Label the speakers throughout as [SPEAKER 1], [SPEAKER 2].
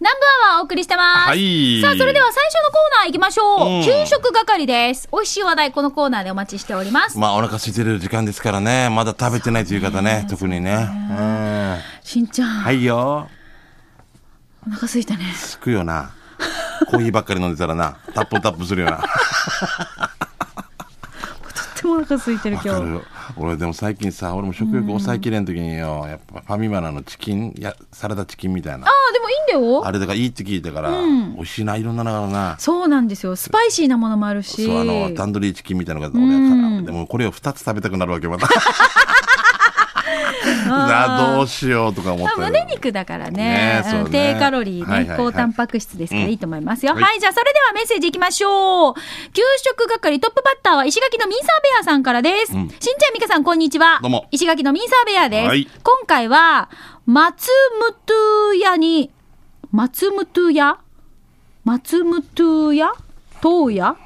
[SPEAKER 1] 南部アワーお送りしてます。
[SPEAKER 2] はい
[SPEAKER 1] さあ、それでは最初のコーナー行きまし
[SPEAKER 2] う
[SPEAKER 1] ょ
[SPEAKER 2] ん
[SPEAKER 1] う。給食係です。美味しい話題、このコーナーでお待ちしております。
[SPEAKER 2] まあ、お腹空いてる時間ですからね。まだ食べてないという方ね、特にね。うん
[SPEAKER 1] しんちゃん、
[SPEAKER 2] はいよ。
[SPEAKER 1] お腹すいたね。
[SPEAKER 2] つくよな。コーヒーばっかり飲んでた らな、タップタップするよな。
[SPEAKER 1] とってもお腹すいてる
[SPEAKER 2] わ
[SPEAKER 1] 今
[SPEAKER 2] か
[SPEAKER 1] 日。
[SPEAKER 2] る。俺でも最近さ、俺も食欲抑えきれん時によ、やっぱファミマのあのチキン、やサラダチキンみたいな
[SPEAKER 1] あ。あ、でもいいんだよ。
[SPEAKER 2] あれだからいいって聞いたから、美味しいな、いろんなのがあるな。
[SPEAKER 1] そうなんですよ。スパイシーなものもあるし。
[SPEAKER 2] そう、あの、 タンドリーチキンみたいなのが俺はでもこれを2つ食べたくなるわけ、また。 などうしようとか思っ
[SPEAKER 1] ま
[SPEAKER 2] た
[SPEAKER 1] あ
[SPEAKER 2] よ
[SPEAKER 1] 胸肉だからね
[SPEAKER 2] ねそうね
[SPEAKER 1] うん低カロリーね、
[SPEAKER 2] はいはいはい
[SPEAKER 1] 高タンパク質ですからいいと思いますよ、
[SPEAKER 2] はい
[SPEAKER 1] はいじゃあそれではメッセージいきましょう給食係トップバッターは石垣のミンサーベアさんからです、しんちゃんみかさんこんにちは
[SPEAKER 2] どうも
[SPEAKER 1] 石垣のミンサーベアです、
[SPEAKER 2] はい
[SPEAKER 1] 今回は松本屋に松本屋松本屋東屋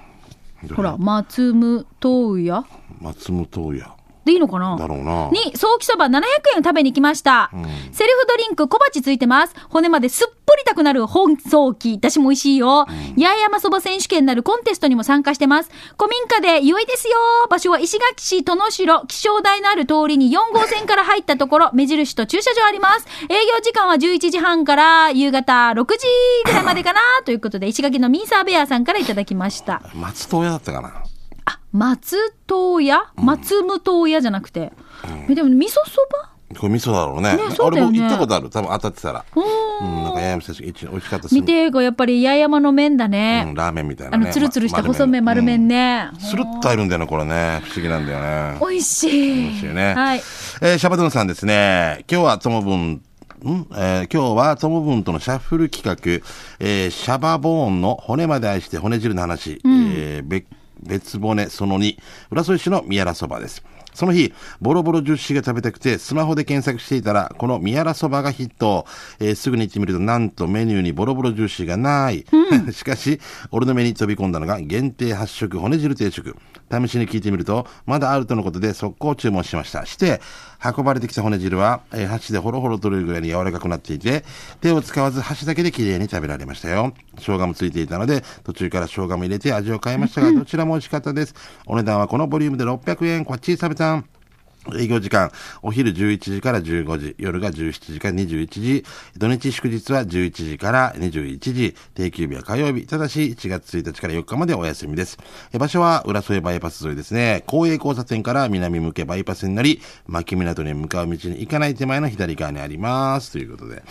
[SPEAKER 1] ほら松本屋
[SPEAKER 2] 松本屋
[SPEAKER 1] でいいのかな
[SPEAKER 2] だろうな。
[SPEAKER 1] に、早期そば700円を食べに来ました。セルフドリンク小鉢ついてます。骨まですっぽりたくなる本早期。だしも美味しいよ。八重山そば選手権なるコンテストにも参加してます。古民家で良いですよ。場所は石垣市戸野城、気象台のある通りに4号線から入ったところ、目印と駐車場あります。営業時間は11時半から夕方6時ぐらいまでかな。ということで、石垣のミンサーベアさんからいただきました。
[SPEAKER 2] 松戸屋だったかな。
[SPEAKER 1] あ、松東屋松無東屋じゃなくて。えでも、味噌そば
[SPEAKER 2] これ味噌だろうね。
[SPEAKER 1] ねそうだ
[SPEAKER 2] 俺
[SPEAKER 1] よね
[SPEAKER 2] も行ったことある。多分当たってたら。
[SPEAKER 1] お
[SPEAKER 2] う
[SPEAKER 1] ー
[SPEAKER 2] ん、なんかややみさし、一美味しかったです
[SPEAKER 1] 見てがやっぱり八重山の麺だね、
[SPEAKER 2] うん、ラーメンみたいな
[SPEAKER 1] あ
[SPEAKER 2] ね。
[SPEAKER 1] のツルツルした
[SPEAKER 2] ま
[SPEAKER 1] 細麺丸麺。
[SPEAKER 2] うん
[SPEAKER 1] ね、
[SPEAKER 2] スルッと入るんだよね、これね。不思議なんだよね。
[SPEAKER 1] 美味しい
[SPEAKER 2] 美味しいね。
[SPEAKER 1] はい
[SPEAKER 2] えーシャバドゥンさんですね。今日はともぶん、んえー今日はともぶんとのシャッフル企画、えーシャバボーンの骨まで愛して骨汁の話、えーべ別骨その2、浦添市の宮良そばです。その日、ボロボロ樹脂が食べたくて、スマホで検索していたら、この宮良そばがヒット。えーすぐに行ってみると、なんとメニューにボロボロ樹脂がない。 しかし、俺の目に飛び込んだのが、限定8色骨汁定食。試しに聞いてみると、まだあるとのことで、速攻注文しました。して、運ばれてきた骨汁は、えー箸でホロホロ取れるぐらいに柔らかくなっていて、手を使わず箸だけで綺麗に食べられましたよ。生姜もついていたので、途中から生姜も入れて味を変えましたが、どちらも美味しかったです。お値段はこのボリュームで600円。こっち食べたん。営業時間、お昼11時から15時、夜が17時から21時、土日祝日は11時から21時、定休日は火曜日、ただし1月1日から4日までお休みです。え場所は浦添バイパス沿いですね、公営交差点から南向けバイパスになり、牧港に向かう道に行かない手前の左側にあります。ということで。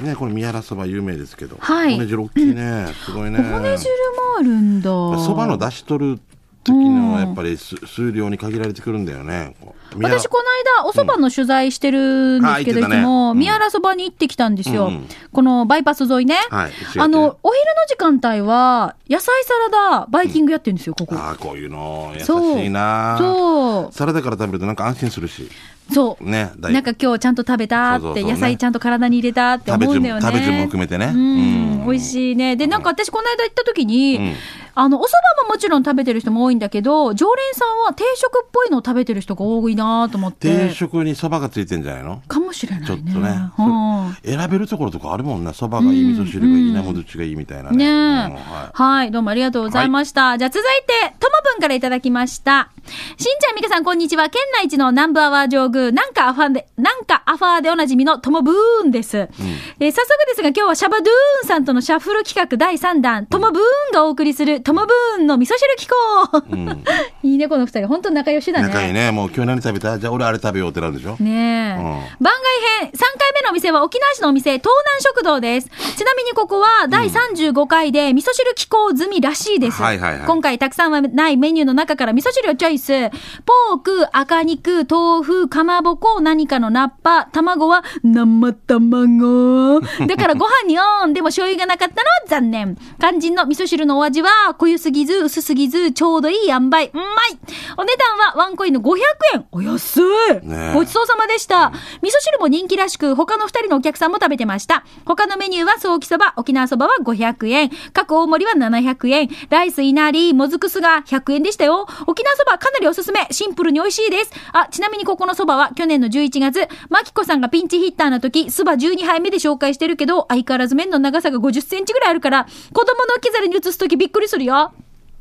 [SPEAKER 2] ね、これ宮原そば有名ですけど、
[SPEAKER 1] はい
[SPEAKER 2] 骨汁大きいね、すごいね。
[SPEAKER 1] 骨汁もあるんだ
[SPEAKER 2] そばの出し取る時のやっぱり数数量に限られてくるんだよね。こう宮良
[SPEAKER 1] 私この間おそばの取材してるんですけど、
[SPEAKER 2] うんあ言ってたね
[SPEAKER 1] いつも
[SPEAKER 2] うん
[SPEAKER 1] 宮原そばに行ってきたんですよ、
[SPEAKER 2] うん
[SPEAKER 1] このバイパス沿いね、
[SPEAKER 2] はい
[SPEAKER 1] あのお昼の時間帯は野菜サラダバイキングやってるんですよここ、
[SPEAKER 2] ああ、こういうの、優
[SPEAKER 1] そう
[SPEAKER 2] しいな。
[SPEAKER 1] そ
[SPEAKER 2] サラダから食べるとなんか安心するし。
[SPEAKER 1] うそう、
[SPEAKER 2] ね、大
[SPEAKER 1] なんか今日ちゃんと食べた
[SPEAKER 2] そ
[SPEAKER 1] っ
[SPEAKER 2] うそ
[SPEAKER 1] て
[SPEAKER 2] うそうね
[SPEAKER 1] 野菜ちゃんと体に入れたって思うんだよね
[SPEAKER 2] 食べ順食べ順も含めてね
[SPEAKER 1] うん
[SPEAKER 2] うん
[SPEAKER 1] 美味しいねでなんか私この間行った時に、
[SPEAKER 2] うん
[SPEAKER 1] あのお蕎麦ももちろん食べてる人も多いんだけど常連さんは定食っぽいのを食べてる人が多いなと思って
[SPEAKER 2] 定食にそばがついてんじゃないの
[SPEAKER 1] かもしれないね
[SPEAKER 2] ちょっとね。
[SPEAKER 1] うん
[SPEAKER 2] 選べるところとかあるもんな。そばがいい、味噌汁がいい、なもどっちがいいみたいなね。
[SPEAKER 1] ねえ
[SPEAKER 2] うん
[SPEAKER 1] は、
[SPEAKER 2] はい
[SPEAKER 1] どうもありがとうございました。じゃあ続いて、ともぶんからいただきました。しんちゃん、みかさん、こんにちは。県内一の南部アワー上宮、なんかアファで、なんかアファーでおなじみのともぶーんです。えー早速ですが、今日はシャバドゥーンさんとのシャッフル企画第3弾、ともぶーんがお送りする、ともぶーんの味噌汁機構。いいね、この二人。本当仲良し
[SPEAKER 2] い。
[SPEAKER 1] だね。
[SPEAKER 2] 仲いいね。もう今日何食べたじゃあ俺あれ食べようってなるでしょ。
[SPEAKER 1] ねえ、
[SPEAKER 2] うん
[SPEAKER 1] 番外編3回目のお店は沖縄市のお店東南食堂ですちなみにここは第35回で味噌汁寄稿済みらしいです、
[SPEAKER 2] はいはいはい
[SPEAKER 1] 今回たくさんはないメニューの中から味噌汁をチョイスポーク赤肉豆腐かまぼこ何かのナッパ卵は生 卵だからご飯にオンでも醤油がなかったのは残念肝心の味噌汁のお味は濃ゆすぎず薄すぎずちょうどいい塩梅うまいお値段はワンコインの500円お安い
[SPEAKER 2] ねえ
[SPEAKER 1] ごちそうさまでした。味噌汁も人気らしく、他の2人のお客さんも食べてました。他のメニューはソーキそば、沖縄そばは500円、各大盛りは700円、ライスいなり、もずくすが100円でしたよ。沖縄そば、海かなりおすすめ。シンプルに美味しいです。あ、ちなみにここのそばは去年の11月、マキコさんがピンチヒッターの時、そば12杯目で紹介してるけど、相変わらず麺の長さが50センチぐらいあるから、子供の置き皿に移す時びっくりするよ。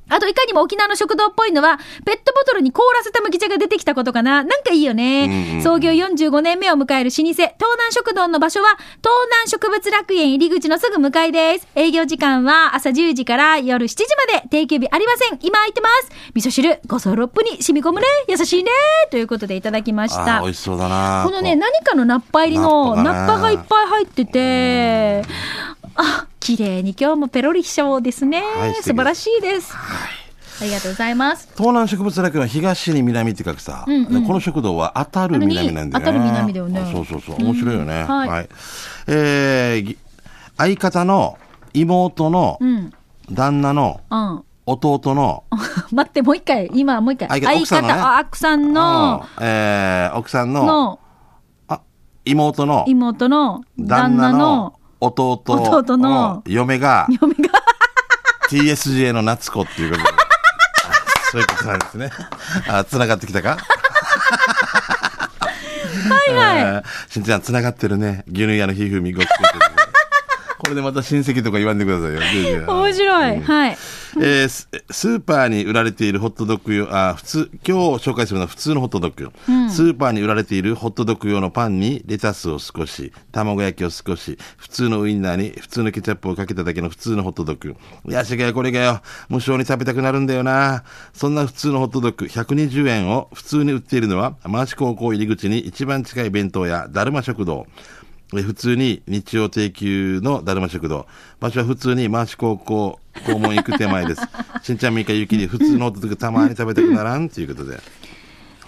[SPEAKER 1] あと、いかにも沖縄の食堂っぽいのは、ペットボトルに凍らせた麦茶が出てきたことかな。なんかいいよね。創業45年目を迎える老舗、東南食堂の場所は、東南植物楽園入り口のすぐ向かいです。営業時間は朝10時から夜7時まで、定休日ありません。今空いてます。味噌汁、ごソロップに染み込むね。優しいね。ということでいただきました
[SPEAKER 2] あー美。味しそうだな
[SPEAKER 1] このね、何かのナッパ入りの、
[SPEAKER 2] ナッ
[SPEAKER 1] ナッパ
[SPEAKER 2] パかな
[SPEAKER 1] がいっぱい入ってて、あ、綺麗に今日もペロリ飛翔ですね
[SPEAKER 2] はい。素敵です
[SPEAKER 1] 素晴らしいです。ありがとうございます。
[SPEAKER 2] 東南植物楽園は東に南って書くさ、でこの食堂は当たる南なん
[SPEAKER 1] 当
[SPEAKER 2] だよね
[SPEAKER 1] たる南だよね
[SPEAKER 2] あそうそうそう面白いよね、
[SPEAKER 1] はい
[SPEAKER 2] えーぎ相方の妹の
[SPEAKER 1] うん。
[SPEAKER 2] 旦那の
[SPEAKER 1] うん。
[SPEAKER 2] 弟の、
[SPEAKER 1] 待って、もう一回、今、もう一回。
[SPEAKER 2] あいけ
[SPEAKER 1] 相
[SPEAKER 2] 奥さんのね
[SPEAKER 1] 方、あ奥さんの、
[SPEAKER 2] うんえー奥さんの
[SPEAKER 1] の、
[SPEAKER 2] あ妹の
[SPEAKER 1] 妹の、旦
[SPEAKER 2] 旦那
[SPEAKER 1] 那
[SPEAKER 2] の
[SPEAKER 1] の、
[SPEAKER 2] 弟
[SPEAKER 1] 弟の
[SPEAKER 2] 嫁が
[SPEAKER 1] 嫁が、
[SPEAKER 2] TSJ の夏子っていうことで そういうことなんですねあ繋がってきたか
[SPEAKER 1] はいはい。
[SPEAKER 2] あーしんちゃん、つながってるね。牛乳屋のひふみごっつくんとねこれでまた親戚とか言わんでくださいよ。全然
[SPEAKER 1] 面白い。はい。
[SPEAKER 2] えーススーパーに売られているホットドッグ用、あ、普通、今日紹介するのは普通のホットドッグ、スーパーに売られているホットドッグ用のパンにレタスを少し、卵焼きを少し、普通のウインナーに普通のケチャップをかけただけの普通のホットドッグ。いや、しかやこれがよ、無性に食べたくなるんだよな。そんな普通のホットドッグ120円を普通に売っているのは、マーシ高校入り口に一番近い弁当屋、だるま食堂。え普通に日曜定休のだるま食堂場所は普通に回し高校校門行く手 前ですしんちゃんみーかゆきり普通の音とかたまに食べたくならんということで、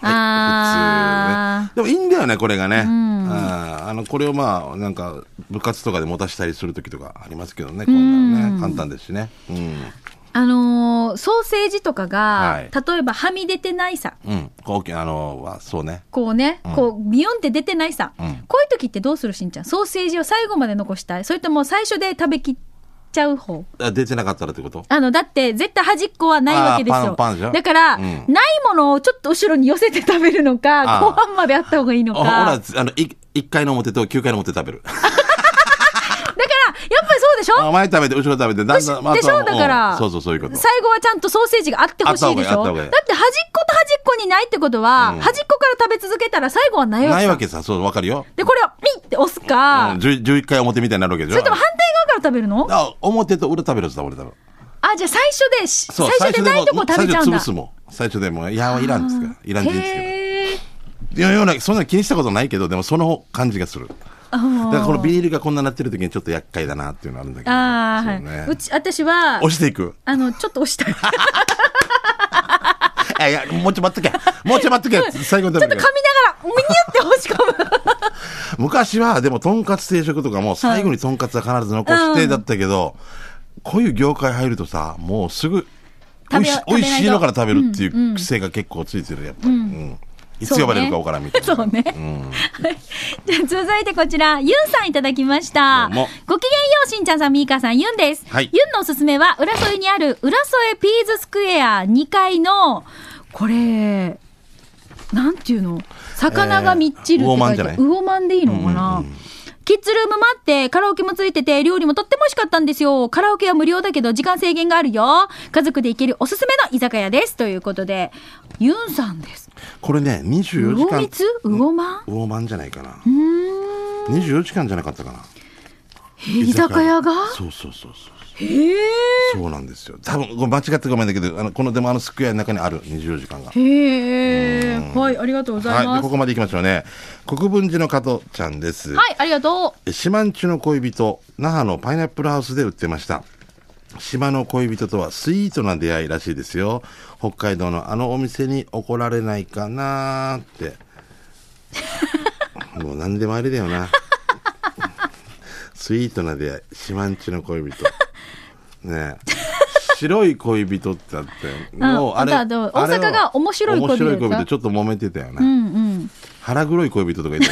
[SPEAKER 1] あ
[SPEAKER 2] 普通ねでもいいんだよねこれがね、あーあのこれをまあなんか部活とかで持たしたりする時とかありますけどねこんなのね簡単ですしね、うん
[SPEAKER 1] ー、あのーソーセージとか
[SPEAKER 2] は
[SPEAKER 1] が、例えばはみ出てないさ。
[SPEAKER 2] うん、こうあのはそうね
[SPEAKER 1] こうね、こう、ビヨンって出てないさ、
[SPEAKER 2] ん
[SPEAKER 1] こういう時ってどうするしんちゃんソーセージを最後まで残したいそれとも最初で食べきっちゃう方
[SPEAKER 2] あ出てなかったらってこと
[SPEAKER 1] あの、だって、絶対端っこはないわけです
[SPEAKER 2] あーパン
[SPEAKER 1] よ。
[SPEAKER 2] パンでしょ
[SPEAKER 1] だから、
[SPEAKER 2] うん
[SPEAKER 1] ないものをちょっと後ろに寄せて食べるのか、
[SPEAKER 2] あー
[SPEAKER 1] 後半まであった方がいいの
[SPEAKER 2] あ
[SPEAKER 1] か。
[SPEAKER 2] ほ
[SPEAKER 1] だから、や
[SPEAKER 2] ら
[SPEAKER 1] っ
[SPEAKER 2] あのい1回の表と9回の表食べる
[SPEAKER 1] ぱりそうでしょ
[SPEAKER 2] あ前食べて後ろ食べてだんだんまあ
[SPEAKER 1] でしょ
[SPEAKER 2] そう
[SPEAKER 1] だから、
[SPEAKER 2] うんそうそうそういうこと
[SPEAKER 1] 最後はちゃんとソーセージがあってほしいでし
[SPEAKER 2] あった
[SPEAKER 1] ょ
[SPEAKER 2] 方
[SPEAKER 1] だ
[SPEAKER 2] が
[SPEAKER 1] っ
[SPEAKER 2] いいあった方がいい
[SPEAKER 1] て端っこと端っこにないってことは、
[SPEAKER 2] うん
[SPEAKER 1] 端っこから食べ続けたら最後はないわけ
[SPEAKER 2] ない
[SPEAKER 1] さ
[SPEAKER 2] わけさ、そう、わかるよ。
[SPEAKER 1] で、これをピッて押す
[SPEAKER 2] うん
[SPEAKER 1] か、
[SPEAKER 2] 10 11回表みたいになるわけでし
[SPEAKER 1] それ
[SPEAKER 2] ょ
[SPEAKER 1] とも反対側から食べるの
[SPEAKER 2] あ、表と裏食べるさ、俺多分。
[SPEAKER 1] あ、じゃあ最初でし、
[SPEAKER 2] そう
[SPEAKER 1] 最、初でないとこ食べちゃうんだ。
[SPEAKER 2] 最初でも最初潰すもん。最初でも、いや、いらんですから。いらんじんですけ
[SPEAKER 1] へー
[SPEAKER 2] ど。いや、いや、そんな気にしたことないけど、でもその感じがする。
[SPEAKER 1] あ
[SPEAKER 2] だ
[SPEAKER 1] ー
[SPEAKER 2] からこのビニールがこんななってる時にちょっと厄介だなっていうのあるんだけど。
[SPEAKER 1] あー、
[SPEAKER 2] そう
[SPEAKER 1] は
[SPEAKER 2] ね
[SPEAKER 1] い。うち、私は、
[SPEAKER 2] 押して いく。
[SPEAKER 1] あの、ちょっと押したい。
[SPEAKER 2] あいや、もうちょい待っとけ。もうちょい待っとけ。最後に
[SPEAKER 1] ちょ
[SPEAKER 2] 食
[SPEAKER 1] っと噛みな
[SPEAKER 2] べる
[SPEAKER 1] が。ら、むにゅって押し込む。
[SPEAKER 2] 昔は、でも、とんかつ定食とかも、最後にとんかつは必ず残し
[SPEAKER 1] う
[SPEAKER 2] て
[SPEAKER 1] ん
[SPEAKER 2] だったけど、こういう業界入るとさ、もうすぐ、お
[SPEAKER 1] 食
[SPEAKER 2] い
[SPEAKER 1] べ
[SPEAKER 2] し
[SPEAKER 1] よ
[SPEAKER 2] おいしいのから
[SPEAKER 1] 食
[SPEAKER 2] 食べるっていう癖が結構ついてる、やっぱり。うんいつ
[SPEAKER 1] そうね
[SPEAKER 2] 呼ばれるか分からんみたいな。
[SPEAKER 1] そうね
[SPEAKER 2] ん
[SPEAKER 1] じゃあ続いてこちら、ユンさんいただきました。
[SPEAKER 2] どうも
[SPEAKER 1] ごきげんよう、しんちゃんさん、みーかさん、ユンです。
[SPEAKER 2] はい
[SPEAKER 1] ユンのおすすめは、浦添にある、浦添ピーズスクエア2階の、これ、なんていうの魚がみっちりって書いて、
[SPEAKER 2] えー魚まんじゃない
[SPEAKER 1] 魚まんでいいのかな、キッズルームもあって、カラオケもついてて、料理もとっても美味しかったんですよ。カラオケは無料だけど、時間制限があるよ。家族で行けるおすすめの居酒屋です。ということで、ユンさんです。
[SPEAKER 2] これね、24時
[SPEAKER 1] 魚
[SPEAKER 2] 間。
[SPEAKER 1] 蜜魚まん
[SPEAKER 2] 魚まんじゃないかな。
[SPEAKER 1] うーん
[SPEAKER 2] 24時間じゃなかったかな。
[SPEAKER 1] 居酒屋が
[SPEAKER 2] そうそうそうそう。
[SPEAKER 1] へえ
[SPEAKER 2] そうなんですよ。多分、ごめん間違ってごめんだけど、あの、この、でもあのスクエアの中にある24時間が。
[SPEAKER 1] へえはいありがとうござい
[SPEAKER 2] はい、
[SPEAKER 1] ま
[SPEAKER 2] ですこ
[SPEAKER 1] はい、
[SPEAKER 2] こまでいきましょうね。国分寺の加藤ちゃんです。
[SPEAKER 1] ありがと
[SPEAKER 2] 島んちの恋人、那覇のパイナップルハウスで売ってました。島の恋人とはスイートな出会いらしいですよ。北海道のあのお店に怒られないかなーって。 もう何でもありだよな。スイートな出会い、島んちの恋人。ねえ。白い恋人ってあって、もうあれ、
[SPEAKER 1] あとあと
[SPEAKER 2] あれは
[SPEAKER 1] 大阪が面白い恋人でしょ
[SPEAKER 2] 面白い恋人ちょっと揉めてたよね。
[SPEAKER 1] ううんうん
[SPEAKER 2] 腹黒い恋人とかいたよ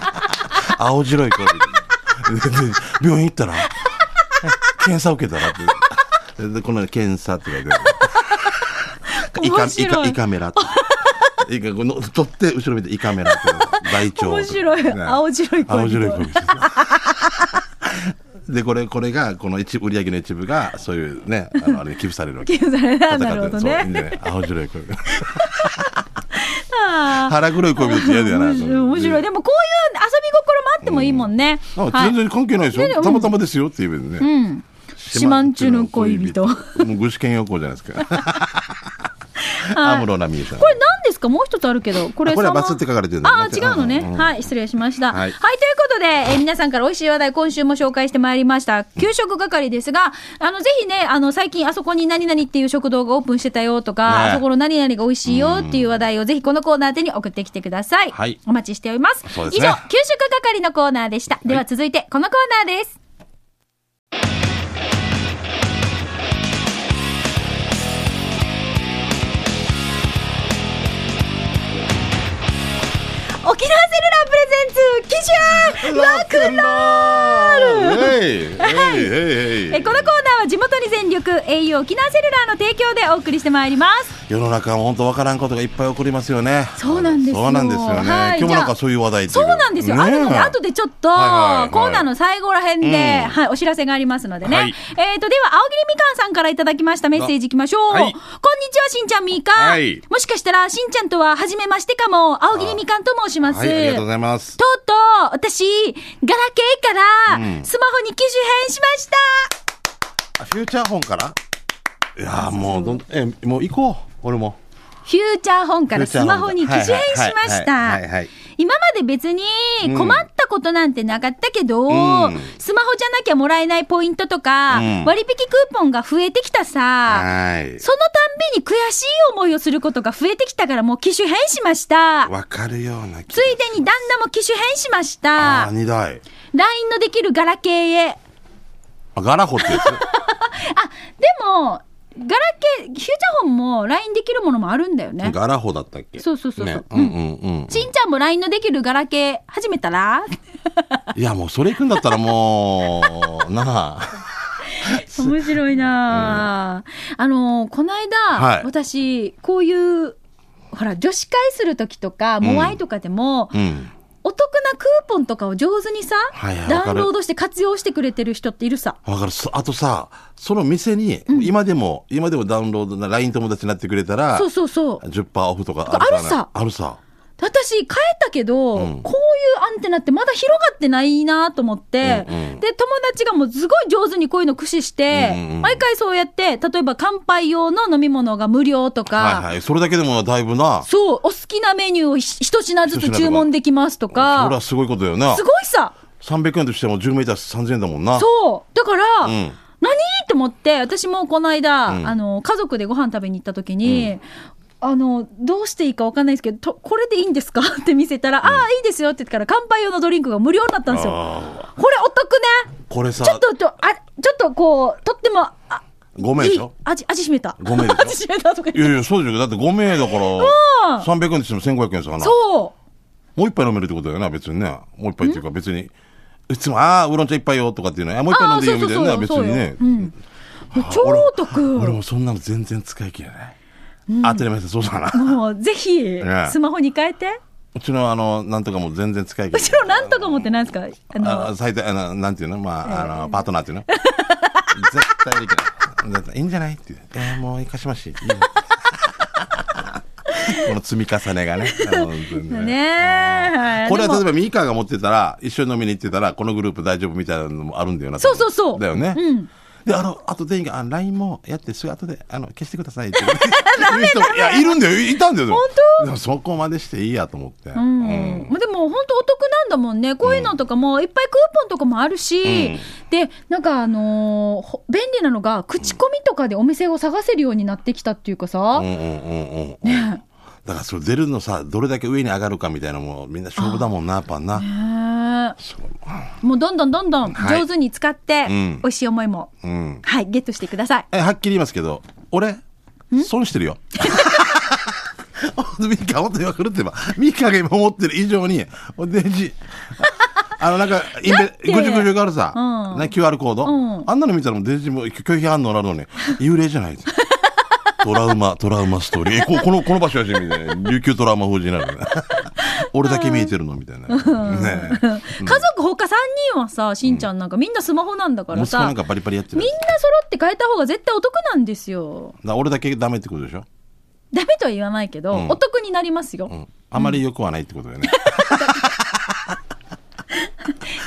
[SPEAKER 2] 青白い恋人で病院行ったら 検査受けたらってでこの検査とかでイカ
[SPEAKER 1] 面
[SPEAKER 2] イ
[SPEAKER 1] 白
[SPEAKER 2] カ
[SPEAKER 1] い
[SPEAKER 2] イカメラって。イカこの取って後ろ見てイカメラって大腸
[SPEAKER 1] 面白い青白い恋
[SPEAKER 2] 青
[SPEAKER 1] 人
[SPEAKER 2] 白い恋人でこれこれがこの一売り上げの一部がそういうねあのあれに寄付されるわけ
[SPEAKER 1] 寄付されたなるほど
[SPEAKER 2] そういいんじ
[SPEAKER 1] ね。
[SPEAKER 2] ゃない青白 い恋人
[SPEAKER 1] あー
[SPEAKER 2] 腹黒い恋人って嫌だよな
[SPEAKER 1] 面白い面白い。でもこういう遊び心もあってもいいもんね。
[SPEAKER 2] あ
[SPEAKER 1] はい
[SPEAKER 2] 全然関係ないですよ、
[SPEAKER 1] いやいやうん
[SPEAKER 2] たまたまですよっていうね、
[SPEAKER 1] うん。島んちゅの恋人。
[SPEAKER 2] も
[SPEAKER 1] こ
[SPEAKER 2] う具志堅 用 高じゃないですか安室奈美恵さん
[SPEAKER 1] れ何ですかもう一つあるけど。これ
[SPEAKER 2] あこれは
[SPEAKER 1] 様
[SPEAKER 2] バツって書かれてるんだ
[SPEAKER 1] ああ、違うのね。
[SPEAKER 2] うん
[SPEAKER 1] はい、失礼しました。は、
[SPEAKER 2] はいい
[SPEAKER 1] ということで、えー皆さんから美味しい話題、今週も紹介してまいりました。給食係ですが、あの、ぜひね、あの、最近あそこに何々っていう食堂がオープンしてたよとか、
[SPEAKER 2] ね
[SPEAKER 1] あそこの何々が美味しいよっていう話題をぜひこのコーナー宛てに送ってきてください。
[SPEAKER 2] はい
[SPEAKER 1] お待ちしております。
[SPEAKER 2] そうです
[SPEAKER 1] 以
[SPEAKER 2] ね
[SPEAKER 1] 上、給食係のコーナーでした。では続いて、このコーナーです。沖縄セルラープレゼンツ、キシューロックンロール
[SPEAKER 2] えいえいえいえ
[SPEAKER 1] え
[SPEAKER 2] い
[SPEAKER 1] このコーナーは地元に全力 au 沖縄セルラーの提供でお送りしてまいります
[SPEAKER 2] 世の中は本当わからんことがいっぱい起こりますよね
[SPEAKER 1] そうなんですよ
[SPEAKER 2] そうなんですよね、
[SPEAKER 1] はい
[SPEAKER 2] 今日
[SPEAKER 1] じ
[SPEAKER 2] もなん
[SPEAKER 1] ゃあ
[SPEAKER 2] かそういう話題ってい
[SPEAKER 1] そうなんですよ、あるの
[SPEAKER 2] ね
[SPEAKER 1] で
[SPEAKER 2] え
[SPEAKER 1] 後でちょっと、
[SPEAKER 2] はいはいはい
[SPEAKER 1] コーナーの最後らへんで、
[SPEAKER 2] うん
[SPEAKER 1] はい、お知らせがありますのでね、
[SPEAKER 2] はい
[SPEAKER 1] えっ、とでは青桐みかんさんからいただきましたメッセージいきましょう、
[SPEAKER 2] はい
[SPEAKER 1] こんにちはしんちゃんみーかん、
[SPEAKER 2] はい
[SPEAKER 1] もしかしたらしんちゃんとは初めましてかも青桐みかんと申します、
[SPEAKER 2] はいありがとうございます
[SPEAKER 1] とうとう、私、ガラケーから、
[SPEAKER 2] うん
[SPEAKER 1] スマホに機種変しました。
[SPEAKER 2] あフューチャー本からいやーもうどんえもう行こう俺も
[SPEAKER 1] フューチャー本からスマホに機種変しました
[SPEAKER 2] はいはいはいはいはいはい。
[SPEAKER 1] 今まで別に困ったことなんてなかったけど、
[SPEAKER 2] ん
[SPEAKER 1] スマホじゃなきゃもらえないポイントとか、
[SPEAKER 2] うん
[SPEAKER 1] 割引クーポンが増えてきたさ、
[SPEAKER 2] はい
[SPEAKER 1] そのたんびに悔しい思いをすることが増えてきたからもう機種変しました。
[SPEAKER 2] わかるような気
[SPEAKER 1] ついでに旦那も機種変しました
[SPEAKER 2] あー。二台
[SPEAKER 1] LINE のできるガラケーへ。
[SPEAKER 2] あガラホってやつ
[SPEAKER 1] あ、でも、ガラケー、フューチャー本も LINE できるものもあるんだよ ね。
[SPEAKER 2] ガラホだったっけ
[SPEAKER 1] そうそうそうそう
[SPEAKER 2] ねうんうんうん
[SPEAKER 1] しんちゃんも LINE のできるガラケー始めた ら
[SPEAKER 2] いやもうそれ行くんだったらもうな あ
[SPEAKER 1] 面白いなあ、あのーこの間、
[SPEAKER 2] はい
[SPEAKER 1] 私、こういう、ほら、女子会する時とか、モアイとかでも、
[SPEAKER 2] うん
[SPEAKER 1] お得なクーポンとかを上手にさ、
[SPEAKER 2] はいはいわ
[SPEAKER 1] ダ
[SPEAKER 2] か
[SPEAKER 1] ウン
[SPEAKER 2] る
[SPEAKER 1] ロードして活用してくれてる人っているさ。
[SPEAKER 2] わかるそあとさその店に今でも、今でもダウンロードな LINE 友達になってくれたら
[SPEAKER 1] そうそうそう。
[SPEAKER 2] 10%オフとかあ
[SPEAKER 1] あ
[SPEAKER 2] る
[SPEAKER 1] る
[SPEAKER 2] か
[SPEAKER 1] さ
[SPEAKER 2] らあるさ
[SPEAKER 1] 私、変えたけど、
[SPEAKER 2] うん
[SPEAKER 1] こういうアンテナってまだ広がってないなと思って、
[SPEAKER 2] うんうん
[SPEAKER 1] で、友達がもうすごい上手にこういうの駆使して、
[SPEAKER 2] うんうん
[SPEAKER 1] 毎回そうやって、例えば乾杯用の飲み物が無料とか、
[SPEAKER 2] はいはいそれだけでもだいぶなそ
[SPEAKER 1] そう、お好きなメニューをひ一品ずつ注文できますと
[SPEAKER 2] れは
[SPEAKER 1] か、
[SPEAKER 2] すごいことだよな
[SPEAKER 1] すごいさ、
[SPEAKER 2] 300円としても 10m3000 円だもんな
[SPEAKER 1] そう、だから、
[SPEAKER 2] ん
[SPEAKER 1] 何と思って、私もこの間、
[SPEAKER 2] ん
[SPEAKER 1] あの、家族でご飯食べに行った時に、あの、どうしていいかわかんないですけど、とこれでいいんですか って見せたら、ああ、いいですよって言ってから、乾杯用のドリンクが無料になったんですよ。
[SPEAKER 2] あ
[SPEAKER 1] これお得ね
[SPEAKER 2] ーこれさ
[SPEAKER 1] ちょっと、ちょ、あ、ちょっとこう、とっても、あ、
[SPEAKER 2] ごめん
[SPEAKER 1] い
[SPEAKER 2] で
[SPEAKER 1] い
[SPEAKER 2] しょ、
[SPEAKER 1] 味、味しめた。
[SPEAKER 2] ごめんでしょ
[SPEAKER 1] 味しめたとか
[SPEAKER 2] い
[SPEAKER 1] 言っ
[SPEAKER 2] や
[SPEAKER 1] て。
[SPEAKER 2] いや、そうじゃだって5名だから、300円にしても1500円ですからな。
[SPEAKER 1] そう。
[SPEAKER 2] もう一杯飲めるってことだよな、別にね。もう一杯っていうか別に。いつも、ああ、ウーロン茶一杯よとかっていうのは、あもう一杯飲んでいいよみたいな、別にね。
[SPEAKER 1] うん、超お得。
[SPEAKER 2] 俺もそんなの全然使い切れない。当たり前です、そう だな。
[SPEAKER 1] もうぜひ
[SPEAKER 2] ね
[SPEAKER 1] スマホに変えて。
[SPEAKER 2] うちのあの、なんとかも全然使い切
[SPEAKER 1] む
[SPEAKER 2] れな
[SPEAKER 1] し
[SPEAKER 2] い。
[SPEAKER 1] ろなんとかもってなんですか。 あの
[SPEAKER 2] あ最低、あの、なんていうのまあ、あの、パートナ ーっていうの絶対できない。絶対いいんじゃないっていう。えーもう、いかしまし。いい よこの積み重ね がね。あの本当に
[SPEAKER 1] ねえ、はい
[SPEAKER 2] これは例え
[SPEAKER 1] でも
[SPEAKER 2] ばミカが持ってたら一緒に飲みに行ってたらこのグループ大丈夫みたいなのもあるんだよな
[SPEAKER 1] そうそうそう
[SPEAKER 2] だよね、
[SPEAKER 1] うん
[SPEAKER 2] であのあと店員があ「LINE もやってすぐ後であの消してくだ さい」って言う人もいやいるんだよいたんだよ本当でもそこまでしていいやと思って、
[SPEAKER 1] うん、まあでも本当お得なんだもんね、こういうのとかもいっぱいクーポンとかもあるし、
[SPEAKER 2] うん
[SPEAKER 1] でなんか、あのーほ便利なのが、口コミとかでお店を探せるようになってきたっていうかさ、
[SPEAKER 2] うんうんうんうんうんだからそれ出るのさどれだけ上に上がるかみたいなのもみんな勝負だもんなやっぱな、
[SPEAKER 1] ね
[SPEAKER 2] そう
[SPEAKER 1] えもうどんどんどんどん上手に使って、
[SPEAKER 2] いうん
[SPEAKER 1] 美味しい思いも、
[SPEAKER 2] うん
[SPEAKER 1] はい、ゲットしてください。
[SPEAKER 2] えはっきり言いますけど俺損してるよ ミカ本当に今狂ってばミカが今思ってる以上にデジあのなんかイン
[SPEAKER 1] て
[SPEAKER 2] ベぐじゅぐじゅがあるさ、
[SPEAKER 1] うん
[SPEAKER 2] ね、QR コード、
[SPEAKER 1] うん
[SPEAKER 2] あんなの見たらもうデジも拒否反応なるのに幽霊じゃないです トラウマ、トラウマストーリー。え、ここの、この場所やし、みたいな。琉球トラウマ法人なのね。 俺だけ見えてるのみたいな。ねえ
[SPEAKER 1] 家族他3人はさ、しんちゃんなんかみんなスマホなんだから
[SPEAKER 2] 息子な
[SPEAKER 1] さ
[SPEAKER 2] ん、かバリバリやってる
[SPEAKER 1] みん。な揃って変えた方が絶対お得なんですよ。
[SPEAKER 2] だから俺だけダメってことでしょ、
[SPEAKER 1] ダメとは言わないけど、
[SPEAKER 2] うん
[SPEAKER 1] お得になりますよ。
[SPEAKER 2] うん、あまり良くはないってことだよね。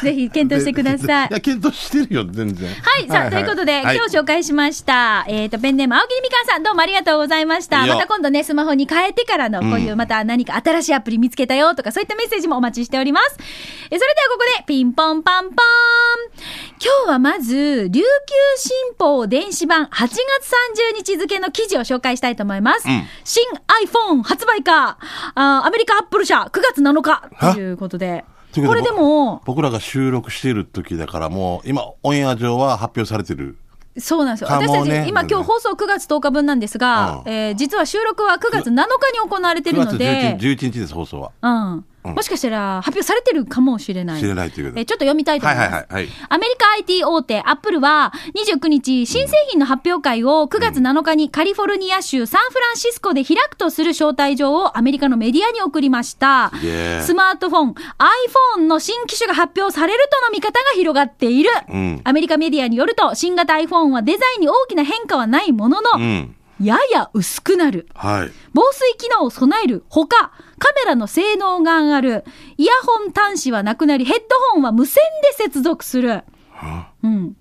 [SPEAKER 1] ぜひ検討してください
[SPEAKER 2] い。や、検討してるよ、全然。
[SPEAKER 1] はい、さあ、ということで、今日紹介しました、えっ、と、ペンネーム、青木みかんさん、どうもありがとうございました。
[SPEAKER 2] いいよ
[SPEAKER 1] また今度ね、スマホに変えてからの、こういう、
[SPEAKER 2] う
[SPEAKER 1] また何か新しいアプリ見つけたよとか、そういったメッセージもお待ちしております。えそれではここで、ピンポンパンポーン今日はまず、琉球新報電子版8月30日付の記事を紹介したいと思います。
[SPEAKER 2] うん
[SPEAKER 1] 新 iPhone 発売か、あーアメリカアップル社9月7日ということで、
[SPEAKER 2] という
[SPEAKER 1] こ
[SPEAKER 2] こと
[SPEAKER 1] れ
[SPEAKER 2] で
[SPEAKER 1] でも、
[SPEAKER 2] 僕らが収録している時だから、もう今、オンエア上は発表されてる。
[SPEAKER 1] そうなんですよ。
[SPEAKER 2] かも
[SPEAKER 1] 私
[SPEAKER 2] ね
[SPEAKER 1] たち、今今日放送9月10日分なんですが、
[SPEAKER 2] う
[SPEAKER 1] えー実は収録は9月7日に行われて
[SPEAKER 2] 9
[SPEAKER 1] るの
[SPEAKER 2] 月11
[SPEAKER 1] で、
[SPEAKER 2] 日 ,11 日です、放送は。
[SPEAKER 1] うん、
[SPEAKER 2] うん
[SPEAKER 1] もしかしたら発表されてるかもしれない。
[SPEAKER 2] 知れないということ
[SPEAKER 1] え
[SPEAKER 2] で
[SPEAKER 1] ーちょっと読みたいと思います。
[SPEAKER 2] はいはいはいはい
[SPEAKER 1] アメリカ IT 大手、アップルは29日、新製品の発表会を9月7日にカリフォルニア州サンフランシスコで開くとする招待状をアメリカのメディアに送りました
[SPEAKER 2] すげえ。
[SPEAKER 1] スマートフォン、iPhone の新機種が発表されるとの見方が広がっている。
[SPEAKER 2] うん
[SPEAKER 1] アメリカメディアによると、新型 iPhone はデザインに大きな変化はないものの、
[SPEAKER 2] うん。
[SPEAKER 1] やや薄くなる。
[SPEAKER 2] はい。
[SPEAKER 1] 防水機能を備えるほか、カメラの性能が上がる、イヤホン端子はなくなり、ヘッドホンは無線で接続する。うん。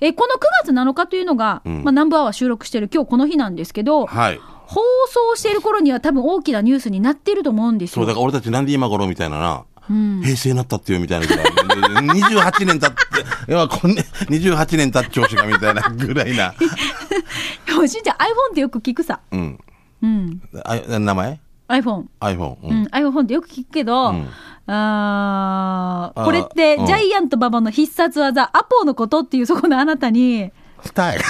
[SPEAKER 1] え、この9月7日というのが、
[SPEAKER 2] ん
[SPEAKER 1] まあ、南部アワー収録してる今日この日なんですけど、
[SPEAKER 2] はい。
[SPEAKER 1] 放送してる頃には多分大きなニュースになってると思うんです
[SPEAKER 2] そう、
[SPEAKER 1] よ。
[SPEAKER 2] だから俺たちなんで今頃みたいなな。平成になったってよみたいなぐらい。28年経って、 いやこんね、28年経っちょうしかみたいなぐら いな。
[SPEAKER 1] でもしんちゃん iPhone ってよく聞くさ。
[SPEAKER 2] うん。
[SPEAKER 1] うん。
[SPEAKER 2] あ名前
[SPEAKER 1] iPhone。
[SPEAKER 2] ?iPhone。う
[SPEAKER 1] うんん、iPhone ってよく聞くけど、
[SPEAKER 2] ん
[SPEAKER 1] あー
[SPEAKER 2] あー
[SPEAKER 1] これって
[SPEAKER 2] うん
[SPEAKER 1] ジャイアント馬場の必殺技、アポのことっていうそこのあなたに、
[SPEAKER 2] したい。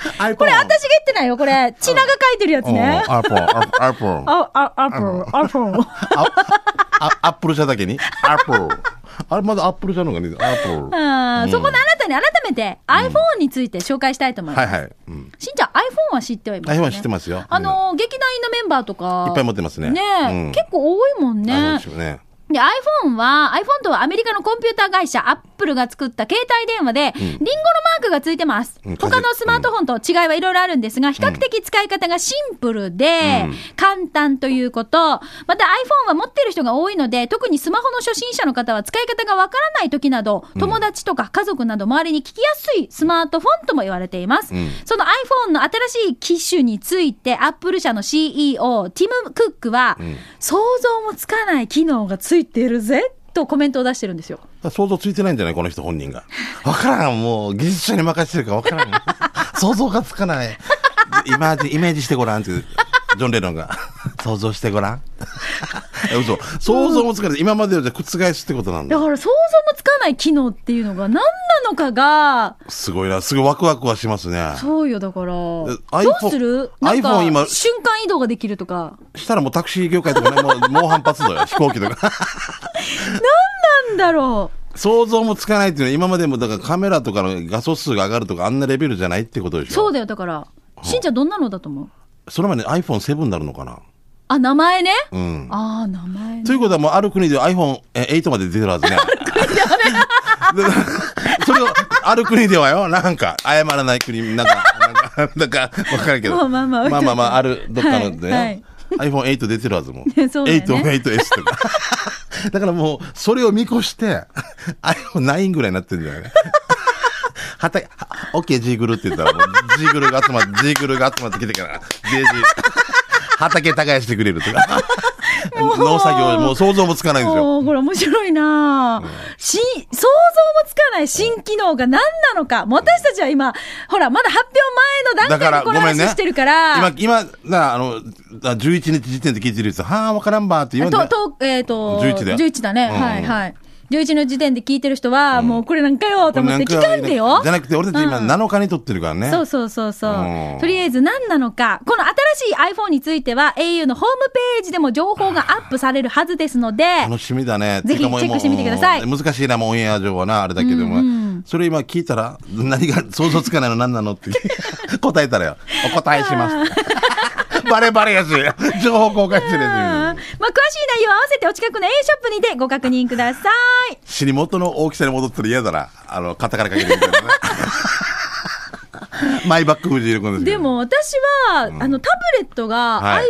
[SPEAKER 1] こ
[SPEAKER 2] こ
[SPEAKER 1] れ私が言ってないよ、これ。千奈が書いてるやつね。
[SPEAKER 2] アップル、アッ プル、アップル。
[SPEAKER 1] あ、あ、アップル、ア ップ
[SPEAKER 2] アップル社だけにアップル。あれまだアップル社の方がね、アップ
[SPEAKER 1] ル。
[SPEAKER 2] ル。
[SPEAKER 1] あーそこのあなたに改めて iPhone について紹介したいと思います。
[SPEAKER 2] はいはい。うん。
[SPEAKER 1] しんちゃん iPhone は知ってはいますよ
[SPEAKER 2] iPhone
[SPEAKER 1] ね。
[SPEAKER 2] は知ってますよ
[SPEAKER 1] あのー、劇団員のメンバーとか。
[SPEAKER 2] いっぱい持ってますね
[SPEAKER 1] ねえ
[SPEAKER 2] うん
[SPEAKER 1] 結構多いもんね。
[SPEAKER 2] iPhone ですよね。
[SPEAKER 1] で、iPhone は、iPhone とはアメリカのコンピューター会社、アップルが作った携帯電話で、リンゴのマークがついてます。
[SPEAKER 2] うん
[SPEAKER 1] 他のスマートフォンと違いはいろいろあるんですが、比較的使い方がシンプルで、簡単ということ、また iPhone は持ってる人が多いので、特にスマホの初心者の方は使い方がわからない時など、友達とか家族など周りに聞きやすいスマートフォンとも言われています。
[SPEAKER 2] うん
[SPEAKER 1] その iPhone の新しい機種について、アップル社の CEO、ティム・クックは、想像もつかない機能がついてるぜ、とコメントを出してるんですよ。
[SPEAKER 2] 想像ついてないんじゃないこの人本人が。わからん。もう技術者に任せてるからわから ん。想像がつかない。イメージ、イメージしてごらんっていう。ジョン・レノンが。想像してごらん。え嘘。想像もつかない。今までをじゃ覆すってことなん
[SPEAKER 1] だ
[SPEAKER 2] だ。
[SPEAKER 1] から想像もつかない機能っていうのが何なのかが、
[SPEAKER 2] すごいな。すごいワクワクはしますね。
[SPEAKER 1] そうよ、だから。どう
[SPEAKER 2] iPhone
[SPEAKER 1] するなんか
[SPEAKER 2] iPhone 今
[SPEAKER 1] 瞬間移動ができるとか。
[SPEAKER 2] したらもうタクシー業界とかね、もう、もう反発だよ。飛 行機とか。
[SPEAKER 1] なんだろ
[SPEAKER 2] 想像もつかないっていうのは今までもだからカメラとかの画素数が上がるとかあんなレベルじゃないってことで
[SPEAKER 1] う。
[SPEAKER 2] しょ
[SPEAKER 1] そうだよ、だから。しんちゃんどんなのだと思う
[SPEAKER 2] その前に iPhone7 になるのかな
[SPEAKER 1] あ、名前ね。
[SPEAKER 2] うん
[SPEAKER 1] ああ、名前
[SPEAKER 2] と
[SPEAKER 1] ね。
[SPEAKER 2] いうことはもうある国では iPhone8 まで出てるはずねで それをある国ではよなんか謝らない国なんかなんか なんか分からんけど
[SPEAKER 1] まあまあまあ
[SPEAKER 2] まあまあまああるどっかので、
[SPEAKER 1] はいはい
[SPEAKER 2] iPhone8 出てるはずもん、
[SPEAKER 1] ねそうだよね
[SPEAKER 2] 8S と かだからもうそれを見越して iPhone9 ぐらいになってるんじゃないはた、オッケー、ジーグルって言ったら、もう、ジーグルが集まって、ジーグルが集まってきてから、ジージー、畑耕してくれるとか、農作業、もう想像もつかないんですよ。
[SPEAKER 1] おーこれ面白いな、し想像もつかない新機能が何なのか。もう私たちは今、ほら、まだ発表前の
[SPEAKER 2] だ
[SPEAKER 1] 段
[SPEAKER 2] か
[SPEAKER 1] 階
[SPEAKER 2] ら、
[SPEAKER 1] でこ
[SPEAKER 2] ご
[SPEAKER 1] の
[SPEAKER 2] めん
[SPEAKER 1] 話
[SPEAKER 2] ね。
[SPEAKER 1] してるから。
[SPEAKER 2] 今、今、な、あの、だ11日時点で聞いてるやつ、はあ、わからんばーって言わん
[SPEAKER 1] と、
[SPEAKER 2] で、
[SPEAKER 1] と、えっ、と、
[SPEAKER 2] 11だよ
[SPEAKER 1] だね。
[SPEAKER 2] うんうん
[SPEAKER 1] はい、はい。11の時点で聞いてる人は、もうこれなんかよと思って聞かんでよ。
[SPEAKER 2] じゃなくて、俺たち今
[SPEAKER 1] うん
[SPEAKER 2] 7日に撮ってるからね。。
[SPEAKER 1] そうそうそうそううんとりあえず何なのか。この新しい iPhone については au のホームページでも情報がアップされるはずですので、
[SPEAKER 2] 楽しみだね。
[SPEAKER 1] ぜひ
[SPEAKER 2] かもう
[SPEAKER 1] チェックしてみてください
[SPEAKER 2] もう難しいな、もうオンエア上はな、あれだけども。それ今聞いたら、何が想像つかないの何なのって 答えたらよ。お答えします。バレバレやし。情報公開してる
[SPEAKER 1] まあ
[SPEAKER 2] や
[SPEAKER 1] 詳しい内容は合わせてお近くの A ショップにてご確認ください。
[SPEAKER 2] つ。死に元の大きさに戻ったら嫌だな。あの、肩からかけてみたい なね。マイバック藤井君ですけ
[SPEAKER 1] で
[SPEAKER 2] ど。
[SPEAKER 1] も私は、あのタブレットが
[SPEAKER 2] はい
[SPEAKER 1] iPad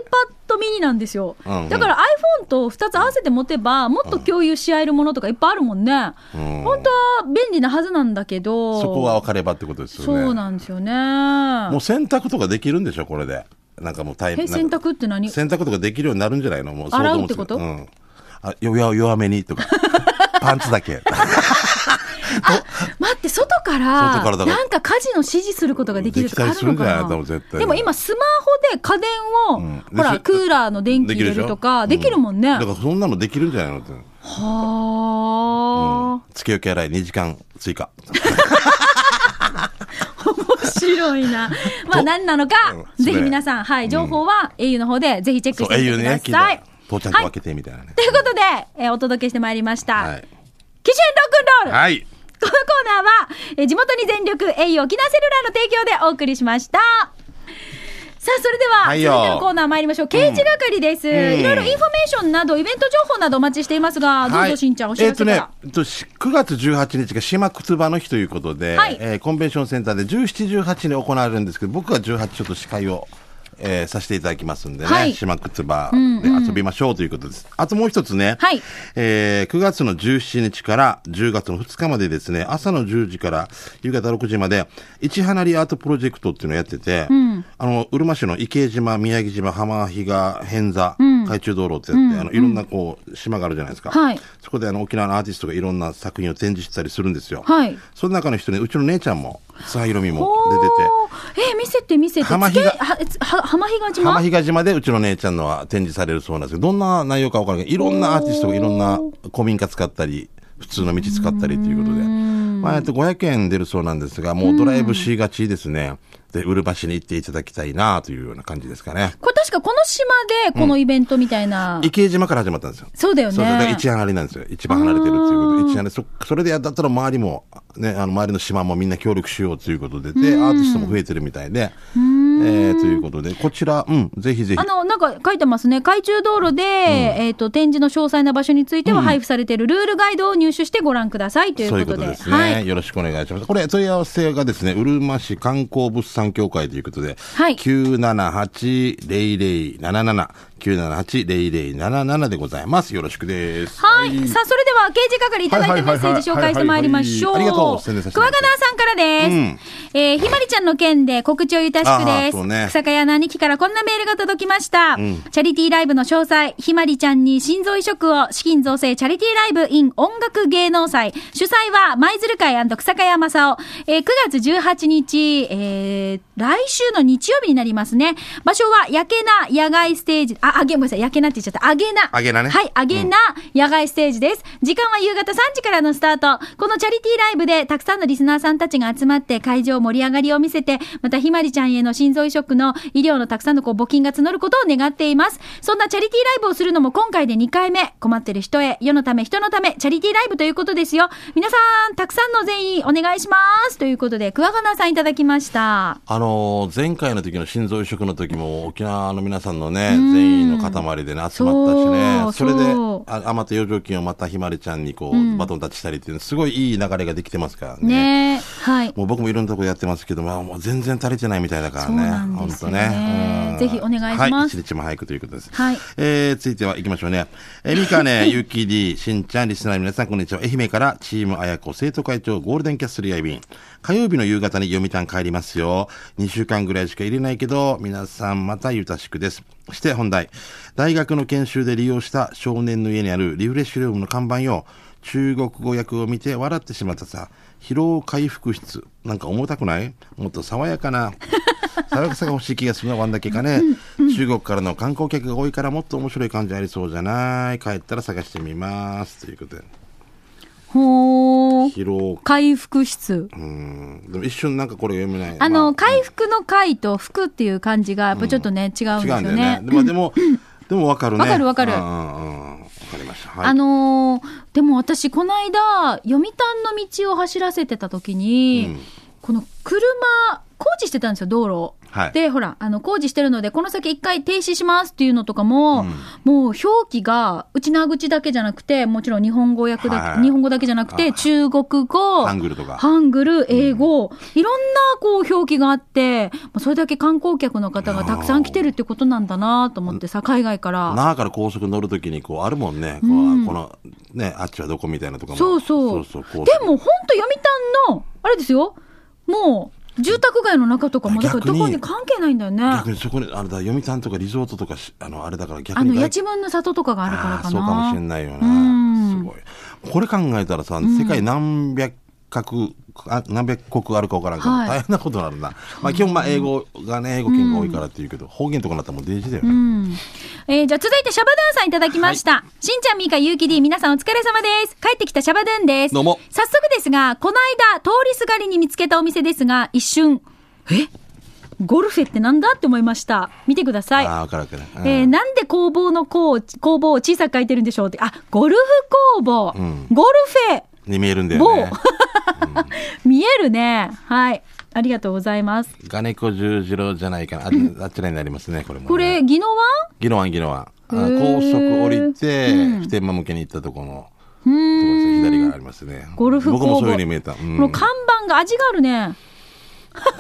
[SPEAKER 1] mini なんですよ、
[SPEAKER 2] うんうん
[SPEAKER 1] だから iPhone と2つ合わせて持てばもっと共有し合えるものとかいっぱいあるもんね、
[SPEAKER 2] ん
[SPEAKER 1] 本当は便利なはずなんだけど
[SPEAKER 2] そこが分かればってことですよね。
[SPEAKER 1] そうなんですよね
[SPEAKER 2] もう洗濯とかできるんでしょ、これで。なんかもうタイ
[SPEAKER 1] え洗濯って何
[SPEAKER 2] 洗濯とかできるようになるんじゃないのもう
[SPEAKER 1] 洗う
[SPEAKER 2] 想像
[SPEAKER 1] っ
[SPEAKER 2] もつ
[SPEAKER 1] てこと
[SPEAKER 2] うん。あ、よ、よ、弱めに とか。パンツだけ。
[SPEAKER 1] 待って外から
[SPEAKER 2] 外からだから
[SPEAKER 1] なんか家事の指示することができるとかあるのか
[SPEAKER 2] できたりするんじゃない多分絶
[SPEAKER 1] な
[SPEAKER 2] 対
[SPEAKER 1] でも今スマホで家電を、
[SPEAKER 2] うん
[SPEAKER 1] ほ
[SPEAKER 2] で
[SPEAKER 1] ら
[SPEAKER 2] し
[SPEAKER 1] クーラーの電気
[SPEAKER 2] でき
[SPEAKER 1] 入
[SPEAKER 2] る
[SPEAKER 1] れ
[SPEAKER 2] で
[SPEAKER 1] る
[SPEAKER 2] しょ
[SPEAKER 1] とかできるもんね、
[SPEAKER 2] うだからそんなのできるんじゃないのって。
[SPEAKER 1] はあ、
[SPEAKER 2] 付け置き洗い2時間追加。
[SPEAKER 1] 面白い な。まあ
[SPEAKER 2] と
[SPEAKER 1] 何なのか
[SPEAKER 2] う、ん
[SPEAKER 1] ぜひ皆さん、はい、情報は au の方でぜひチェック
[SPEAKER 2] そ
[SPEAKER 1] し
[SPEAKER 2] う、
[SPEAKER 1] て
[SPEAKER 2] 英
[SPEAKER 1] みて
[SPEAKER 2] 雄
[SPEAKER 1] くだ、
[SPEAKER 2] ね聞いた
[SPEAKER 1] さい。
[SPEAKER 2] ら父ちゃんと分けてみたいなね。
[SPEAKER 1] ということで、えーお届けしてまいりまし
[SPEAKER 2] は
[SPEAKER 1] た
[SPEAKER 2] い。。
[SPEAKER 1] 機種ロックンロール、
[SPEAKER 2] はい。
[SPEAKER 1] このコーナーは、えー地元に全力 au 沖縄セルラーの提供でお送りしました。さあ、それでは、
[SPEAKER 2] はいよ
[SPEAKER 1] 続いてのコーナー参りましょう。刑事係です。
[SPEAKER 2] ん
[SPEAKER 1] いろいろインフォメーションなど、イベント情報などお待ちしていますが、どうぞしんちゃん、お知
[SPEAKER 2] え
[SPEAKER 1] ら
[SPEAKER 2] っ
[SPEAKER 1] せ
[SPEAKER 2] と
[SPEAKER 1] から。
[SPEAKER 2] ね、えっとし9月18日が島靴場の日ということで、
[SPEAKER 1] はい
[SPEAKER 2] えーコンベンションセンターで17、18に行われるんですけど、僕は18ちょっと司会を、えーさせていただきますんでね、
[SPEAKER 1] はい
[SPEAKER 2] 島靴場で遊びましょうということです。あともう一つね、
[SPEAKER 1] はい
[SPEAKER 2] えー9月の17日から10月の2日までですね、朝の10時から夕方6時まで、市花りアートプロジェクトっていうのをやってて、あの、うるま市の池島、宮城島、浜比嘉、偏座、海中道路ってやって、あの、いろんなこう、島があるじゃないですか。
[SPEAKER 1] はい
[SPEAKER 2] そこであの沖縄のアーティストがいろんな作品を展示したりするんですよ。
[SPEAKER 1] はい
[SPEAKER 2] その中の一人にうちの姉ちゃんも、さあひろみも
[SPEAKER 1] お
[SPEAKER 2] 出て
[SPEAKER 1] ーえー見せて見せて。
[SPEAKER 2] 浜
[SPEAKER 1] つ
[SPEAKER 2] 比
[SPEAKER 1] け
[SPEAKER 2] 嘉
[SPEAKER 1] はは浜比嘉
[SPEAKER 2] て、
[SPEAKER 1] 島
[SPEAKER 2] 浜比嘉島でうちの姉ちゃんのは展示されるそうなんですけど、どんな内容かわからないけど、いろんなアーティストがいろんな古民家使ったり、普通の道使ったりということで。まあ、えっと、500円出るそうなんですが、もうドライブしがちですね。で、うるばしに行っていただきたいなというような感じですかね。
[SPEAKER 1] これ確かこの島でこのイベントみたいな。
[SPEAKER 2] 池江島から始まったんですよ。
[SPEAKER 1] そうだよね
[SPEAKER 2] そうだから一番離れなんですよ。一番離れてるっていうことで。一番離れそそれでやったら周りも、ね、あの周りの島もみんな協力しようということで、で、アーティストも増えてるみたいで、えーということで、こちら、うん、ぜひぜひ
[SPEAKER 1] あ。の、なんか書いてますね。海中道路で、えっ、と、展示の詳細な場所については配布されているルールガイドを入手してご覧くださいという
[SPEAKER 2] そうい
[SPEAKER 1] こ
[SPEAKER 2] うことと
[SPEAKER 1] で。
[SPEAKER 2] ですね、
[SPEAKER 1] はい。
[SPEAKER 2] よろしくお願いします。これ、問い合わせがですね、うるま市観光物産協会ということで、
[SPEAKER 1] はい
[SPEAKER 2] 978-0077、978-0077でございます。よろしくです。
[SPEAKER 1] はい。さあ、それでは、刑事係いただいたメッセージ紹介してまいりましょう。
[SPEAKER 2] はいはいはいはいはいありがとう宣伝させて
[SPEAKER 1] ク
[SPEAKER 2] も
[SPEAKER 1] ワ
[SPEAKER 2] ら
[SPEAKER 1] ガ
[SPEAKER 2] って
[SPEAKER 1] ナーさんからです。えーひまりちゃんの件で告知をゆたしく
[SPEAKER 2] あ
[SPEAKER 1] で
[SPEAKER 2] ーそうね
[SPEAKER 1] す。草加屋の兄貴からこんなメールが届きました。チャリティーライブの詳細、ひまりちゃんに心臓移植を、資金造成チャリティーライブ in 音楽芸能祭。主催は、舞鶴会草加屋正夫。えー9月18日、えー来週の日曜日になりますね。場所は、やけな野外ステージ、あ、あげ、ごめんなさい、やけなって言っちゃった。あげな。
[SPEAKER 2] あげなね
[SPEAKER 1] はい、あげな野外ステージです。時間は夕方3時からのスタート。このチャリティーライブでたくさんのリスナーさんたちが集まって会場盛り上がりを見せて、またひまりちゃんへの心臓移植の医療のたくさんのこう募金が募ることを願っています。そんなチャリティーライブをするのも今回で2回目。困ってる人へ、世のため、人のため、チャリティーライブということですよ。皆さん、たくさんの善意お願いします。ということで、桑花さんいただきました。
[SPEAKER 2] あのー前回の時の心臓移植の時も沖縄の皆さんのね、全員の塊でね、集まったしね、そ
[SPEAKER 1] そう
[SPEAKER 2] れで
[SPEAKER 1] そう、
[SPEAKER 2] あ余った余剰金をまたひまりちゃんにこう、バトンタッチしたりっていう、すごいいい流れができてますからね。
[SPEAKER 1] ねえ、はい。
[SPEAKER 2] もう僕もいろんなとこやってますけど、まあ、もう全然足りてないみたいだから
[SPEAKER 1] そう
[SPEAKER 2] ね。
[SPEAKER 1] なんですよね
[SPEAKER 2] 本当う
[SPEAKER 1] ぜ
[SPEAKER 2] ん
[SPEAKER 1] ひお願いします
[SPEAKER 2] はい、一日も早くということです。
[SPEAKER 1] はい
[SPEAKER 2] えー、続いては行きましょうね。えー、みか ね、ゆきり、しんちゃん、リスナーの皆さん、こんにちは。愛媛から、チームあやこ生徒会長、ゴールデンキャッスルやいびん。火曜日の夕方に読谷帰りますよ。2週間ぐらいしか入れないけど、皆さんまたゆたしくです。して本題。大学の研修で利用した少年の家にあるリフレッシュルームの看板よ。中国語訳を見て笑ってしまったさ。疲労回復室。なんか重たくないもっと爽やかな。 爽やかさが欲しい気がするな、ワンだけかね。中国からの観光客が多いからもっと面白い感じありそうじゃない。帰ったら探してみます。ということで。
[SPEAKER 1] ほー。
[SPEAKER 2] 疲労。
[SPEAKER 1] 回復室。
[SPEAKER 2] うん。でも一瞬なんかこれ読めない。
[SPEAKER 1] あ
[SPEAKER 2] ま
[SPEAKER 1] の、回復の回と服っていう漢字が、やっぱちょっとね、違うんです
[SPEAKER 2] 違う
[SPEAKER 1] よ
[SPEAKER 2] んだよ
[SPEAKER 1] ね。。
[SPEAKER 2] ねでも、でも、でもわかるね。
[SPEAKER 1] わかるわかる
[SPEAKER 2] うんうんうん。わかりました。はい
[SPEAKER 1] あのーでも私、この間、読谷の道を走らせてた時に、この車、工事してたんですよ、道路を。
[SPEAKER 2] はい
[SPEAKER 1] で、ほら、あの、工事してるので、この先一回停止しますっていうのとかも、
[SPEAKER 2] うん
[SPEAKER 1] もう表記が、うちなぐちだけじゃなくて、もちろん日本語訳だけ、
[SPEAKER 2] はい
[SPEAKER 1] 日本語だけじゃなく
[SPEAKER 2] は
[SPEAKER 1] て、
[SPEAKER 2] い
[SPEAKER 1] 中国語、
[SPEAKER 2] ハングルとか
[SPEAKER 1] ハングル、英語、いろんなこう表記があって、まあそれだけ観光客の方がたくさん来てるってことなんだなと思ってさ、海外から。
[SPEAKER 2] 那覇から高速乗るときにこうあるもんね、こう
[SPEAKER 1] うん
[SPEAKER 2] このねあっちはどこみたいなとかも
[SPEAKER 1] そうそう。
[SPEAKER 2] そう
[SPEAKER 1] で
[SPEAKER 2] こ
[SPEAKER 1] も
[SPEAKER 2] う
[SPEAKER 1] 本当読谷の、あれですよ、もう住宅街の中とかも、だから
[SPEAKER 2] 逆
[SPEAKER 1] ど
[SPEAKER 2] に
[SPEAKER 1] こに関係ないんだよね
[SPEAKER 2] 逆。にそこにあれだ読谷とかリゾートとかしあのあれだから逆
[SPEAKER 1] あ
[SPEAKER 2] に
[SPEAKER 1] の、
[SPEAKER 2] 外
[SPEAKER 1] 八千分の里とかがあるからかな。
[SPEAKER 2] あーそうかもしれないよ
[SPEAKER 1] うん
[SPEAKER 2] な。すごい。これ考えたらさ、世界何百か国、あ何百国あるかわからんけど、
[SPEAKER 1] はい
[SPEAKER 2] 大変なことになるな。まあ基本まあ英語がね、英語圏が多いからっていうけど、方言とかになったらもうデージだよね。
[SPEAKER 1] うんえーじゃあ続いてシャバドゥンさんいただきました。しんちゃん、みーか、ゆうきり、皆さんお疲れ様です。帰ってきたシャバドゥンです。
[SPEAKER 2] どうも
[SPEAKER 1] 早速ですが、この間、通りすがりに見つけたお店ですが、一瞬、えゴルフェってなんだって思いました。見てください。
[SPEAKER 2] ああ、わかるわかる。うん
[SPEAKER 1] えーなんで工房の工、工房を小さく書いてるんでしょうって。あ、ゴルフ工房。
[SPEAKER 2] うん
[SPEAKER 1] ゴルフェ。
[SPEAKER 2] に見えるんだよね
[SPEAKER 1] 某。 見えるね。はい。ありがとうございます。
[SPEAKER 2] ガネコ十字路じゃないかな。ああちらになりますね、これも、ね。
[SPEAKER 1] これ、、技能は
[SPEAKER 2] ギノワンギノワン。あ
[SPEAKER 1] へー
[SPEAKER 2] 高速降りて、
[SPEAKER 1] うん
[SPEAKER 2] 普天間向けに行ったところの、
[SPEAKER 1] う
[SPEAKER 2] ところですね
[SPEAKER 1] ーん。
[SPEAKER 2] 左側ありますね。
[SPEAKER 1] ゴルフ
[SPEAKER 2] 僕も
[SPEAKER 1] 工
[SPEAKER 2] そ
[SPEAKER 1] 房
[SPEAKER 2] ういうふうに見えた。うん
[SPEAKER 1] この看板が味があるね。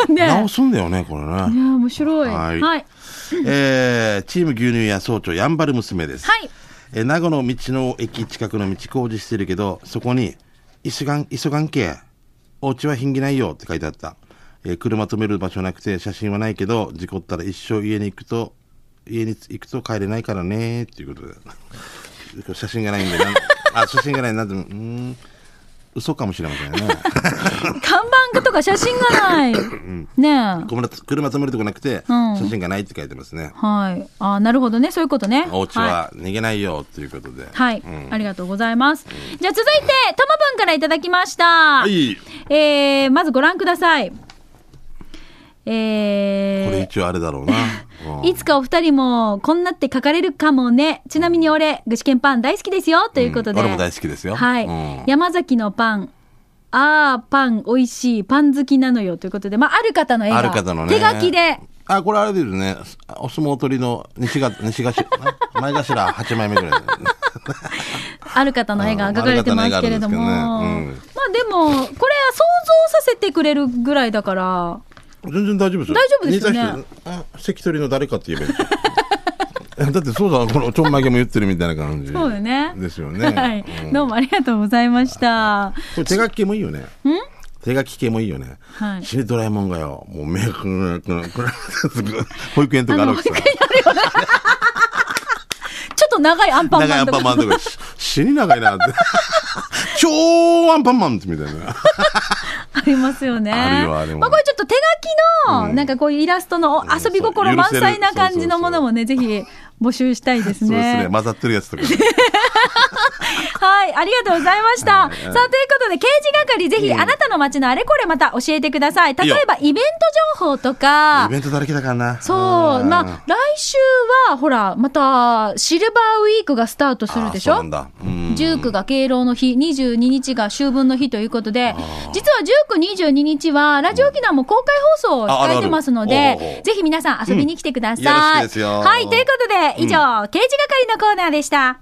[SPEAKER 1] ね
[SPEAKER 2] 直すんだよね、これね。
[SPEAKER 1] いや、面白い。は。
[SPEAKER 2] はいい
[SPEAKER 1] はい。
[SPEAKER 2] えーチーム牛乳屋総長やんばる娘です、えー名護の道の駅近くの道工事してるけどそこに「急がん急がんけお家はひんぎないよ」って書いてあった、えー車止める場所なくて写真はないけど事故ったら一生家に行くと家に行くと帰れないからねっていうことでこれ写真がないんでなん あ写真がないなんでうーん嘘かもしれませんね
[SPEAKER 1] 看板とか写真がない。ねえ。
[SPEAKER 2] ごめんな車止めるとこなくて
[SPEAKER 1] うん
[SPEAKER 2] 写真がないって書いてますね、
[SPEAKER 1] はい。あなるほどね。そういうことね。
[SPEAKER 2] お家は逃げないよっていうことで
[SPEAKER 1] はい。はい。
[SPEAKER 2] うん
[SPEAKER 1] ありがとうございます。じゃあ続いて、ともぶんからいただきました。
[SPEAKER 2] はい
[SPEAKER 1] えー、まずご覧ください。えー、
[SPEAKER 2] これ一応あれだろうな。うん
[SPEAKER 1] いつかお二人もこんなって書かれるかもね。ちなみに俺、具志堅パン大好きですよ。ということで。
[SPEAKER 2] うん俺も大好きですよ
[SPEAKER 1] はい。
[SPEAKER 2] うん
[SPEAKER 1] 山崎のパン。あー、パン、美味しい。パン好きなのよ。ということで。まあ、ある方の絵が。
[SPEAKER 2] ある方のね。
[SPEAKER 1] 手書きで。
[SPEAKER 2] あ、これあれですね。お相撲取りの西が、西頭、 あ前頭8枚目ぐらい。
[SPEAKER 1] ある方の絵が描かれてますけれども。
[SPEAKER 2] うん
[SPEAKER 1] まあ
[SPEAKER 2] ある方の絵があるんで
[SPEAKER 1] でも、これは想像させてくれるぐらいだから。
[SPEAKER 2] 全然大丈夫ですよ。
[SPEAKER 1] 大丈夫ですよね
[SPEAKER 2] 似た人。あ関取の誰かって言えばいいですよ だってそうだ、このちょんまげも言ってるみたいな感じ。
[SPEAKER 1] そうよね。
[SPEAKER 2] ですよね。
[SPEAKER 1] はい
[SPEAKER 2] うん。
[SPEAKER 1] どうもありがとうございました。
[SPEAKER 2] これ手書き系もいいよね。手書き系もいいよね。
[SPEAKER 1] はい
[SPEAKER 2] 死ねドラえもんがよ、もう目が、このこのこの保育園とかあるわけさ。
[SPEAKER 1] ちょっと長いアンパンマ
[SPEAKER 2] 長いア
[SPEAKER 1] ン
[SPEAKER 2] ン
[SPEAKER 1] とか
[SPEAKER 2] パン。マンとか、し死に長いなって。 超アンパンマンみたいな。
[SPEAKER 1] ありますよね。
[SPEAKER 2] あるよあれも
[SPEAKER 1] まあこれちょっと手書きの、なんかこういうイラストのお遊び心満載な感じのものもね、ぜひ募集したいです
[SPEAKER 2] そうですね。
[SPEAKER 1] ね。
[SPEAKER 2] 混ざってるやつ とかね。
[SPEAKER 1] はい、ありがとうございました。さあ、
[SPEAKER 2] はい
[SPEAKER 1] ということで、刑事係、ぜひあなたの街のあれこれまた教えてください。例
[SPEAKER 2] いよ
[SPEAKER 1] えば、イベント情報とか
[SPEAKER 2] イ、ベントだらけだからな。
[SPEAKER 1] そう、
[SPEAKER 2] ん
[SPEAKER 1] まあ、来週は、ほら、また、シルバーウィークがスタートするでしょ
[SPEAKER 2] あそうなんだうん
[SPEAKER 1] 19が敬老の日、22日が秋分の日ということで、実は19、22日は、ラジオ沖縄も公開放送を
[SPEAKER 2] ああ
[SPEAKER 1] 控
[SPEAKER 2] るあ
[SPEAKER 1] え
[SPEAKER 2] る
[SPEAKER 1] てますの
[SPEAKER 2] おうおうお
[SPEAKER 1] で、
[SPEAKER 2] う
[SPEAKER 1] ぜひ皆さん遊びに来てください。
[SPEAKER 2] うんよろしくですよ
[SPEAKER 1] はい、ということで、以上、刑事係のコーナーでした。